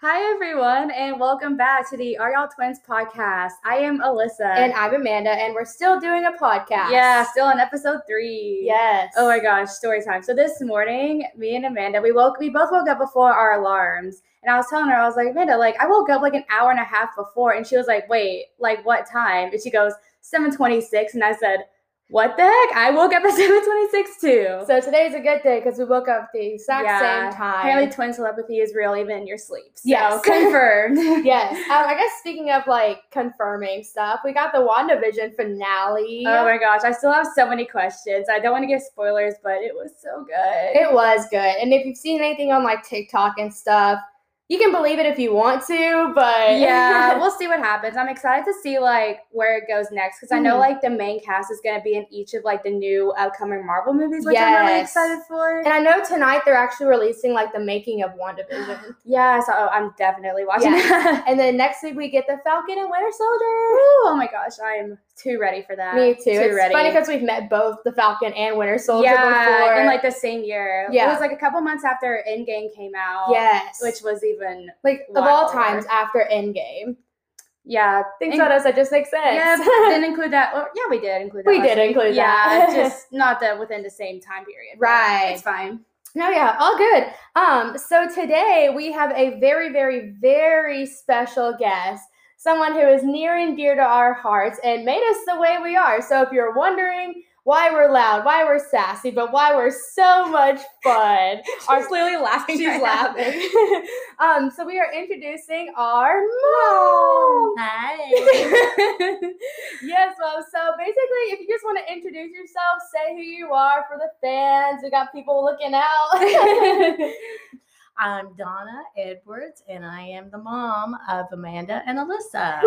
Hi, everyone, and welcome back to the Are Y'all Twins podcast. I am Alyssa. And I'm Amanda, and we're still doing a podcast. yeah, still on episode three. Yes. Oh my gosh, story time. So this morning, me and Amanda, we woke we both woke up before our alarms. And I was telling her, I was like, Amanda, like I woke up like an hour and a half before. And she was like, wait, like what time? And she goes, 726. And I said, What the heck? I woke up at 726 too. So So today's a good day because we woke up at the exact Yeah. same time. apparently twin telepathy is real even in your sleep. So Yes. confirmed. yes. Um, I guess speaking of like confirming stuff, we got the WandaVision finale. Oh my gosh, I still have so many questions. I don't want to give spoilers, but it was so good. It was good. And if you've seen anything on like TikTok and stuff, you can believe it if you want to, but yeah, we'll see what happens. I'm excited to see like where it goes next because I know Mhm. like the main cast is going to be in each of like the new upcoming Marvel movies, which I'm really Yes. excited for. and I know tonight they're actually releasing like the making of WandaVision. yeah, so oh, I'm definitely watching Yes. that. and then next week we get the Falcon and Winter Soldier. Ooh, oh my gosh, I'm too ready for that. Me too. Too it's ready. funny because we've met both the Falcon and Winter Soldier yeah, before. in like the same year. Yeah. it was like a couple months after Endgame came out. yes, which was even like of all wild. times after Endgame. yeah. Thanks And- about us. That just makes sense. Yeah, but didn't include that. Or, yeah, we did include that. we last did week. include Yeah, that. just not that within the same time period. but Right. It's fine. no, yeah, all good. Um, so today we have a very, very, very special guest. Someone who is near and dear to our hearts and made us the way we are. So if you're wondering why we're loud, why we're sassy, but why we're so much fun, our clearly laughing. She's laughing. um, so we are introducing our mom. Hi. yes, mom. So basically, if you just want to introduce yourself, say who you are for the fans. We got people looking out. I'm Donna Edwards, and I am the mom of Amanda and Alyssa.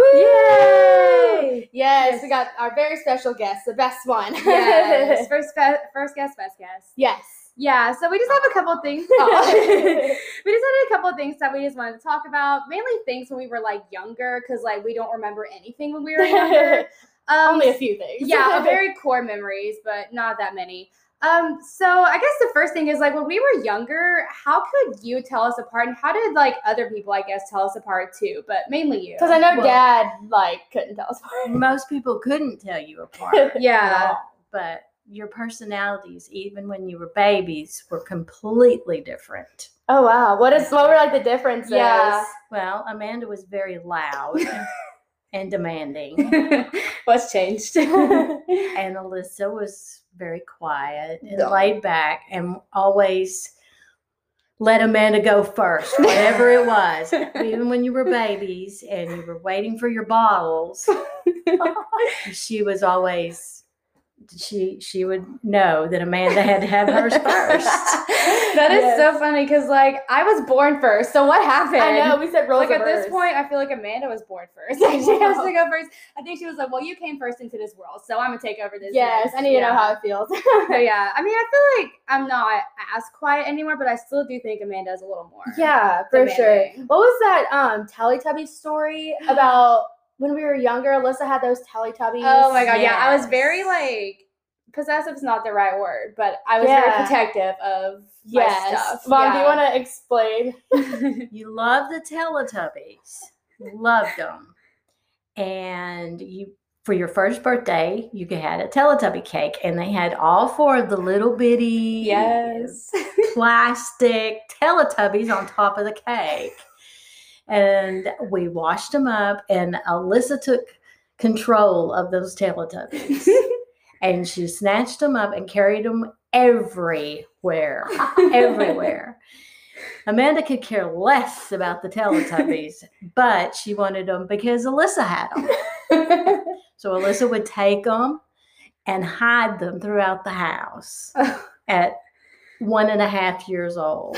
Yay! Yes, we got our very special guest, the best one. yes. First, fe- first guess, best guess. yes. Yeah. So we just have a couple things. Oh. we just had a couple things that we just wanted to talk about. Mainly things when we were like younger, because like we don't remember anything when we were younger. Um, Only a few things. yeah, a very core memories, but not that many. Um, so I guess the first thing is like when we were younger, how could you tell us apart, and how did like other people, I guess, tell us apart too? But mainly you. Because I know Well- Dad like couldn't tell us apart. Most people couldn't tell you apart, at yeah, all, but your personalities, even when you were babies, were completely different. Oh wow, what is what were like the differences? Yeah. Well, Amanda was very loud and demanding, what's changed? and Alyssa was very quiet and Yeah. laid back, and always. Let Amanda go first, whatever it was. Even when you were babies and you were waiting for your bottles, she was always she she would know that Amanda had to have hers first. that is so funny because like I was born first, so what happened? I know we said roles Like at this reversed. point, I feel like Amanda was born first. Like, she has to go first. I think she was like, "Well, you came first into this world, so I'm gonna take over this." Yes, mess." I need to Yeah. know how it feels. So yeah, I mean, I feel like I'm not as quiet anymore, but I still do think Amanda is a little more. yeah, demanding. What was that um Teletubby story about when we were younger? Alyssa had those Teletubbies. Oh my god, yeah, I was very Yes. like possessive is not the right word, but I was Yeah. very protective of Yes, my stuff. mom, do you want to explain? want You loved the Teletubbies, loved them, and you for your first birthday you had a Teletubby cake, and they had all four of the little bitty yes. plastic Teletubbies on top of the cake. And we washed them up, and Alyssa took control of those Teletubbies. and she snatched them up and carried them everywhere, everywhere. Amanda could care less about the Teletubbies, but she wanted them because Alyssa had them. So Alyssa would take them and hide them throughout the house at one and a half years old.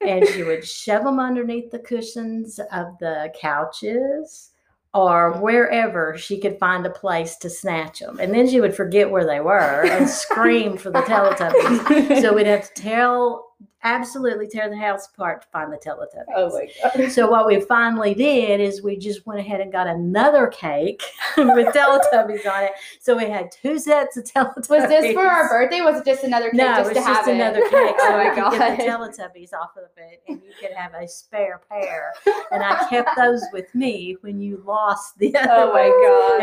And she would shove them underneath the cushions of the couches or wherever she could find a place to snatch them. And then she would forget where they were and scream for the Teletubbies. So we'd have to tell absolutely tear the house apart to find the Teletubbies. Oh my god. So what we finally did is we just went ahead and got another cake with Teletubbies on it. So we had two sets of Teletubbies. Was this for our birthday? Was it just another cake? No, just it to was just have it? another cake. So oh my we could get god. the Teletubbies off of it, and you could have a spare pair. And I kept those with me when you lost the other Oh my ones,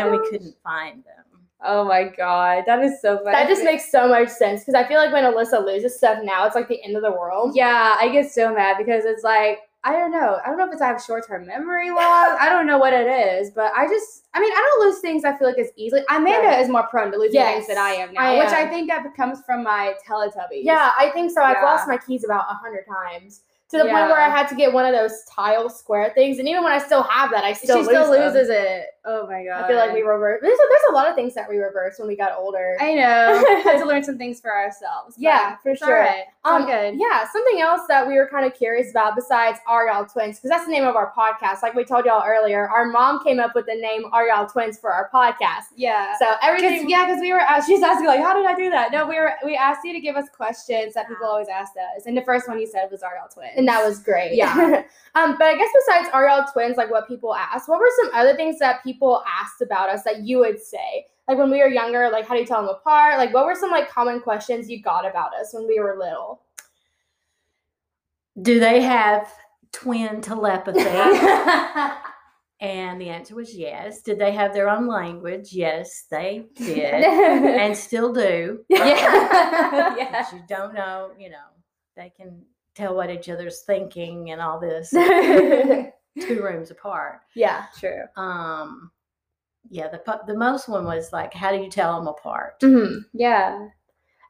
god. and we couldn't find them. Oh my god. That is so funny. that just makes so much sense because I feel like when Alyssa loses stuff now, it's like the end of the world. Yeah, I get so mad because it's like I don't know. I don't know if it's I have short term memory loss. I don't know what it is, but I just I mean I don't lose things I feel like as easily. Amanda Right. is more prone to losing Yes, things than I am now, I which I am. think that comes from my Teletubbies. Yeah, I think so. I've Yeah. lost my keys about a hundred times to the point where Yeah. I had to get one of those tile square things, and even when I still have that, I still she lose still them. loses it. Oh my god! I feel like we reverse. There's a, there's a lot of things that we reverse when we got older. I know. had to learn some things for ourselves. but yeah, for it's sure. All right. It's all Um, good. Yeah, something else that we were kind of curious about besides Are Y'all Twins, because that's the name of our podcast. Like we told y'all earlier, our mom came up with the name Are Y'all Twins for our podcast. Yeah. So Cause, everything. yeah, because we were asked, she's asking like, how did I do that? No, we were we asked you to give us questions that people Yeah. always asked us, and the first one you said was "Are y'all twins?" And that was great. Yeah. um, but I guess besides are y'all twins, like what people asked, what were some other things that people asked about us that you would say? Like when we were younger, like how do you tell them apart? Like what were some like common questions you got about us when we were little? Do they have twin telepathy? and the answer was yes. Did they have their own language? Yes, they did, yeah. and still do. Yeah. But you don't know, you know, they can tell what each other's thinking and all this two rooms apart. yeah. true. Um, yeah, the pu- the most one was like, how do you tell them apart? Mhm. Yeah.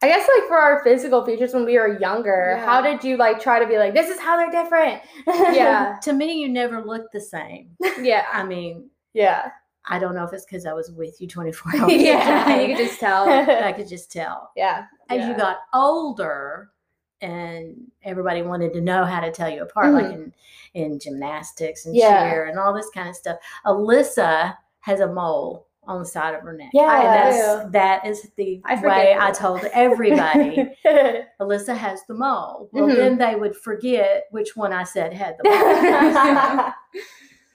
I guess like for our physical features when we were younger, Yeah. how did you like try to be like this is how they're different? Yeah. To me, you never look the same. Yeah. I mean, yeah. I don't know if it's because I was with you twenty four hours. a yeah. day. You could just tell. I yeah. could just tell. Yeah. as you Yeah. got older and everybody wanted to know how to tell you apart, like Mm-hmm. in, in gymnastics and Yeah. cheer and all this kind of stuff. Alyssa has a mole on the side of her neck. Yeah, And I that's, that is the I forget way I that. told everybody Alyssa has the mole. Well, Mm-hmm. Mhm. then they would forget which one I said had the mole. No,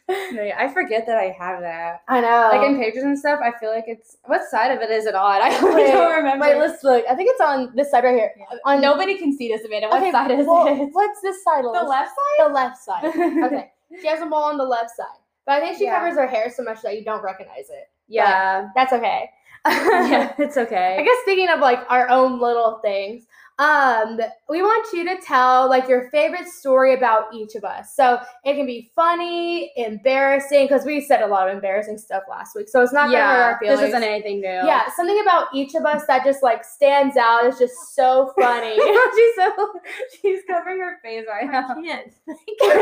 yeah, I forget that I have that. I know. Like in pictures and stuff, I feel like it's what side of it is it on? I really Wait, don't remember. Wait, let's look. I think it's on this side right here. On Nobody can see this, Amanda. What okay, side is well, it? What's this side? The left side. The left side. side. Okay, she has a mole on the left side, but I think she Yeah. covers her hair so much that you don't recognize it. Yeah. That's okay. yeah. It's I okay. guess speaking of like our own little things, um, we want you to tell like your favorite story about each of us. So it can be funny, embarrassing, because we said a lot of embarrassing stuff last week. So it's not gonna hurt yeah. our feelings. This isn't anything new. Yeah, something about each of us that just like stands out is just so funny. she's so she's covering her face right I now. can't think of Oh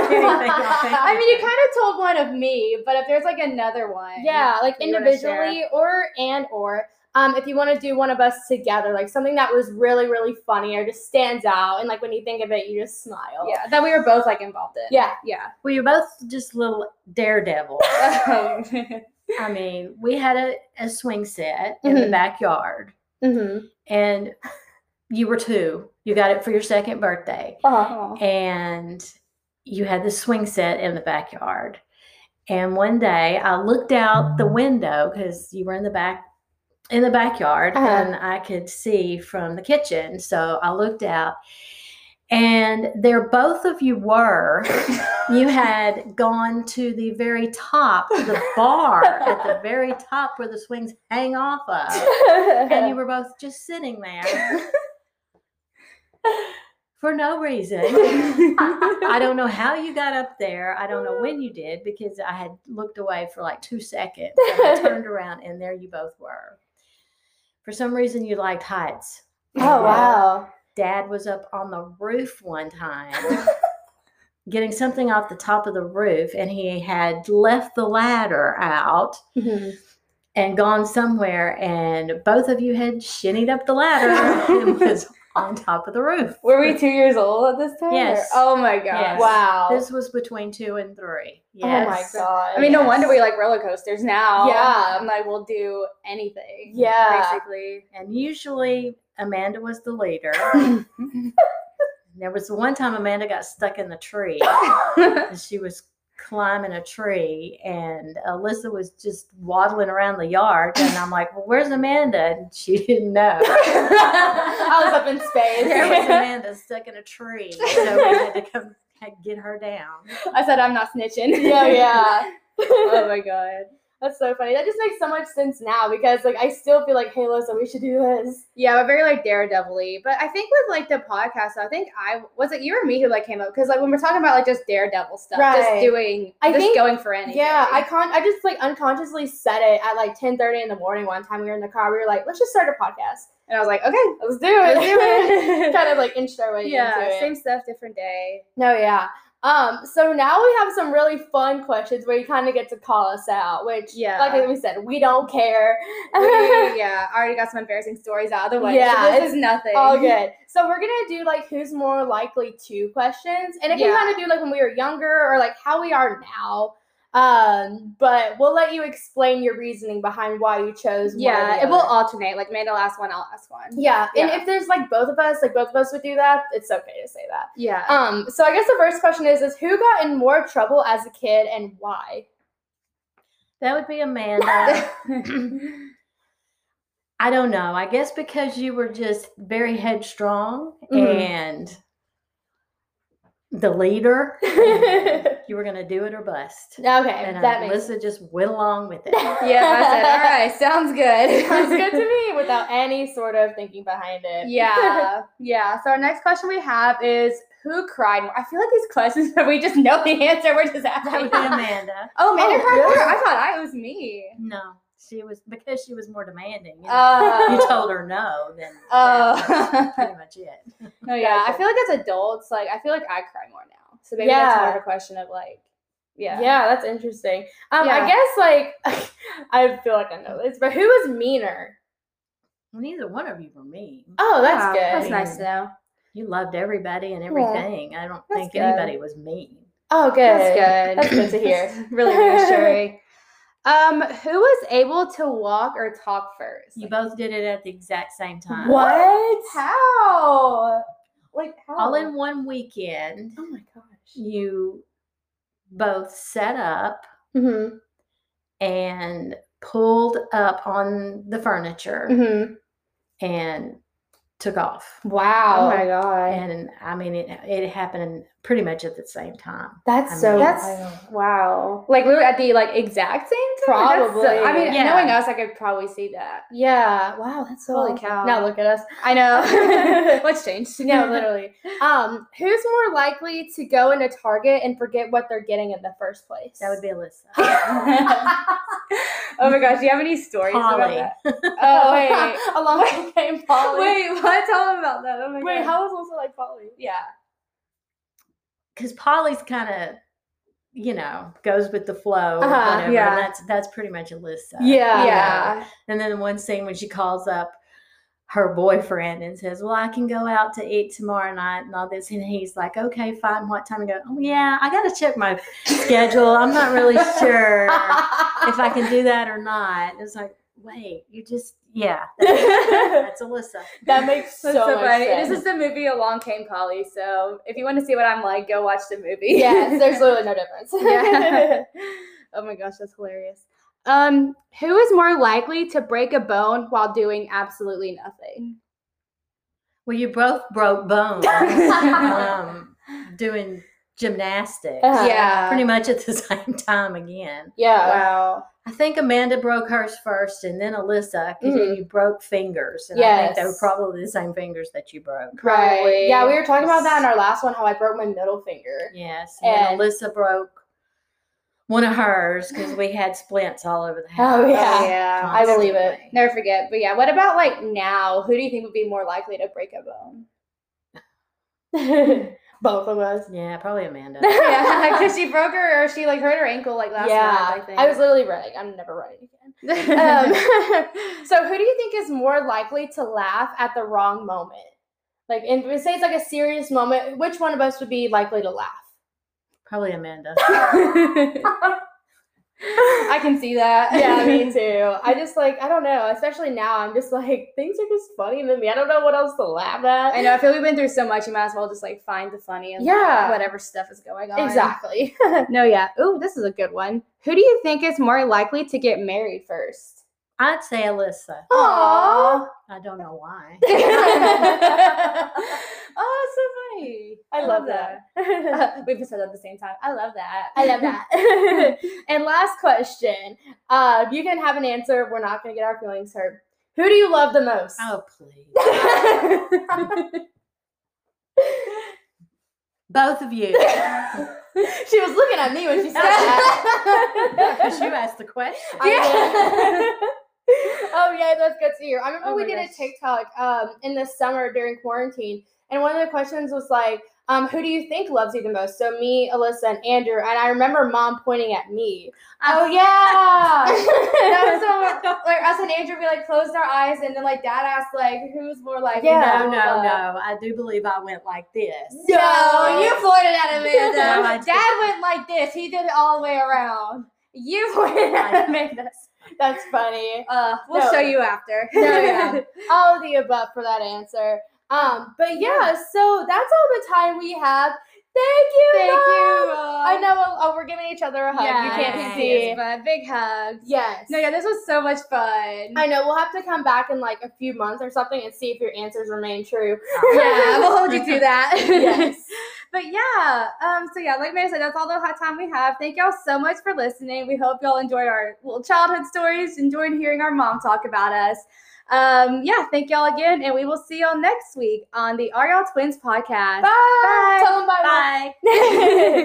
anything. off the top of I mean, you my kind of told one of me, but if there's like another one, yeah, like You wanna share? individually or and or um if you want to do one of us together, like something that was really really funny or just stands out and like when you think of it you just smile. yeah, that we were both like involved in. Yeah. yeah. We were both just little daredevils. Um, I mean, we had a, a swing set in Mm-hmm. the Mhm. backyard, Mhm. and you were two. You got it for your second birthday, Uh-huh. and you had the swing set in the backyard. And one day, I looked out the window because you were in the back in the backyard, Uh-huh. and I could see from the kitchen. So I looked out, and there both of you were. You had gone to the very top, the bar at the very top where the swings hang off of, and you were both just sitting there for no reason. I don't know how you got up there. I don't know when you did because I had looked away for like two seconds. And I turned around, and there you both were. For some reason, you liked heights. oh wow. Dad was up on the roof one time getting something off the top of the roof, and he had left the ladder out Mhm. and gone somewhere, and both of you had shinnied up the ladder and was on top of the roof. were we two years old at this time? or- Yes. Oh my gosh. Yes. Wow. This was between two and three. Oh my Yes. god. I mean, no Yes. wonder we like roller coasters now. Yeah. I'm like, we'll do anything. Yeah. Basically. And usually Amanda was the leader. There was one time Amanda got stuck in the tree. and she was climbing a tree and Alyssa was just waddling around the yard and I'm like, Well, where's Amanda? And she didn't know. I was up in There was space. Amanda stuck in a tree. So we had to come had to get her down. I said I'm not snitching. yeah, yeah. oh my god. That's so funny. That just makes so much sense now because like I still feel like, hey Lisa, we should do this. Yeah, but very like daredevil-y. But I think with like the podcast, I think I was it you or me who like came up because like when we're talking about like just daredevil stuff, Right. just doing, I just think- going for anything. Yeah, I con I just like unconsciously said it at like 10 30 in the morning one time. We were in the car, we were like, let's just start a podcast. and I was like, okay, Let's do it. let's do it. kind of like inched our way into yeah, it. same stuff, different day. No, yeah. Um, so now we have some really fun questions where you kind of get to call us out, which, Yeah. like we said, we don't care. We, yeah, I already got some embarrassing stories out of the way. so Yeah, this it's is nothing. All good. So we're gonna do like who's more likely to questions, and it can Yeah. kind of do like when we were younger or like how we are now. Um, but we'll let you explain your reasoning behind why you chose. one or Yeah, the it will other. alternate. Like Amanda last one, I'll ask one. Yeah, and Yeah. if there's like both of us, like both of us would do that. It's okay to say that. Yeah. Um, so I guess the first question is: is who got in more trouble as a kid and why? That would be Amanda. I don't know. I guess because you were just very headstrong Mhm. and the leader. and you were gonna do it or bust. Okay, And that uh, makes Alyssa just went along with it. yeah, I said, all right, sounds good. sounds good to me without any sort of thinking behind it. Yeah, yeah. So our next question we have is who cried more? I feel like these questions that we just know the answer. We're just That asking. would be Amanda. oh, Amanda Oh, cried yeah. more. I thought I it was me. No, she was because she was more demanding. You, know. Uh, Oh. You told her no, then that was oh, pretty much it. no, yeah. I feel like as adults, like I feel like I cry more now. So maybe that's more of a question of like, yeah, yeah, that's interesting. Um, Yeah. I guess like I feel like I know this, but who was meaner? Neither one of you were mean. Oh, that's Wow, good. That's nice to know. You loved everybody and Yeah. everything. I don't That's think good. anybody was mean. Oh, good. That's good. That's good to hear. really reassuring. Um, who was able to walk or talk first? You both did it at the exact same time. What? How? Like how? All in one weekend, Oh my gosh. you both set up Mm-hmm. and pulled up on the furniture Mm-hmm. and took off. Oh Wow. my god. And I mean, it, it happened pretty much at the same time. that's I mean, so. That's- I Wow. Like we were at the like exact same time. That's so- Probably. I mean, Yeah. knowing us, I could probably see that. yeah. Wow. That's so. Holy awesome. cow. Now look at us. I know. What's changed? No, literally. Um, who's more likely to go into Target and forget what they're getting in the first place? That would be Alyssa. oh my gosh, do you have any stories about Polly. that? Oh wait. Along with came Polly. wait, what? Tell them about that. Oh my Wait, god. how was also like Polly? yeah. Because Polly's kind of, you know, goes with the flow. and Uh-huh, whatever, yeah. And that's, that's pretty much Alyssa. Yeah. yeah. And then one scene when she calls up her boyfriend and says, Well, I can go out to eat tomorrow night and all this. And he's like, Okay, fine. What time? And go, Oh, yeah, I got to check my schedule. I'm not really sure if I can do that or not. It's like, Wait, you just, yeah, that's Alyssa. that makes so, That's so, much funny. sense. This is the movie Along Came Polly. So if you want to see what I'm like, go watch the movie. yes, there's literally no difference. yeah. oh my gosh, that's hilarious. Um, who is more likely to break a bone while doing absolutely nothing? Well, you both broke bones um, doing gymnastics Uh-huh. yeah. pretty much at the same time again. yeah. Wow. I think Amanda broke hers first and then Alyssa because you broke fingers. And I think they were Yes. probably the same fingers that you broke. Right. Probably. Yeah, we were talking about that in our last one, how I broke my middle finger. Yes. And, And- then Alyssa broke one of hers because we had splints all over the house. Oh, yeah. Oh, yeah. I believe it. constantly. Never forget. But yeah, what about like now? Who do you think would be more likely to break a bone? Both of us. Yeah, probably Amanda. yeah, because she broke her or she like hurt her ankle like last yeah. month, I think. I, was literally running. I'm never running again. Um, so who do you think is more likely to laugh at the wrong moment? Like, and we say it's like a serious moment. Which one of us would be likely to laugh? probably Amanda. I can see that. yeah, me too. I just like I don't know, especially now. I'm just like things are just funny to me. I don't know what else to laugh at. I know. I feel we've been through so much. You might as well just like find the funny and laugh Yeah. at whatever stuff is going on. exactly. No, yeah. Ooh, this is a good one. Who do you think is more likely to get married first? I'd say Alyssa. Aww. I don't know why. oh, so funny. I love that. that. We've said that at the same time. I love that. I love that. and last question. Uh, you can have an answer. We're not gonna get our feelings hurt. Who do you love the most? Oh please. Both of you. she was looking at me when she said that. Because you asked the question. I Yeah. did. oh yeah, that's good to hear. I remember Oh we my did a gosh. TikTok um, in the summer during quarantine, and one of the questions was like, um, "Who do you think loves you the most?" So me, Alyssa, and Andrew, and I remember Mom pointing at me. oh yeah. That was that so like us and Andrew we like closed our eyes and then like dad asked like who's more like Yeah. uh, No, no, no. I do believe I went like this. No, you pointed at No, I Amanda. didn't. Dad went like this. He did it all the way around. You pointed I at Amanda. was, that's funny. Uh, we'll No. show you after. No, yeah. all of the above for that answer. Um, but yeah, so that's all the time we have. Thank you. Thank you. Mom. all. I know. Oh, we're giving each other a hug. you can't Yes. see. but big hugs. Yes. No, yeah, this was so much fun. I know. We'll have to come back in like a few months or something and see if your answers remain true. yeah, we'll hold you to that. Yes. but yeah, um, so yeah, like Mary said, that's all the hot time we have. Thank y'all so much for listening. We hope y'all enjoyed our little childhood stories, enjoyed hearing our mom talk about us. Um, yeah, thank y'all again, and we will see y'all next week on the Are Y'all Twins podcast. Bye. Bye. Tell them bye. Mom. Bye.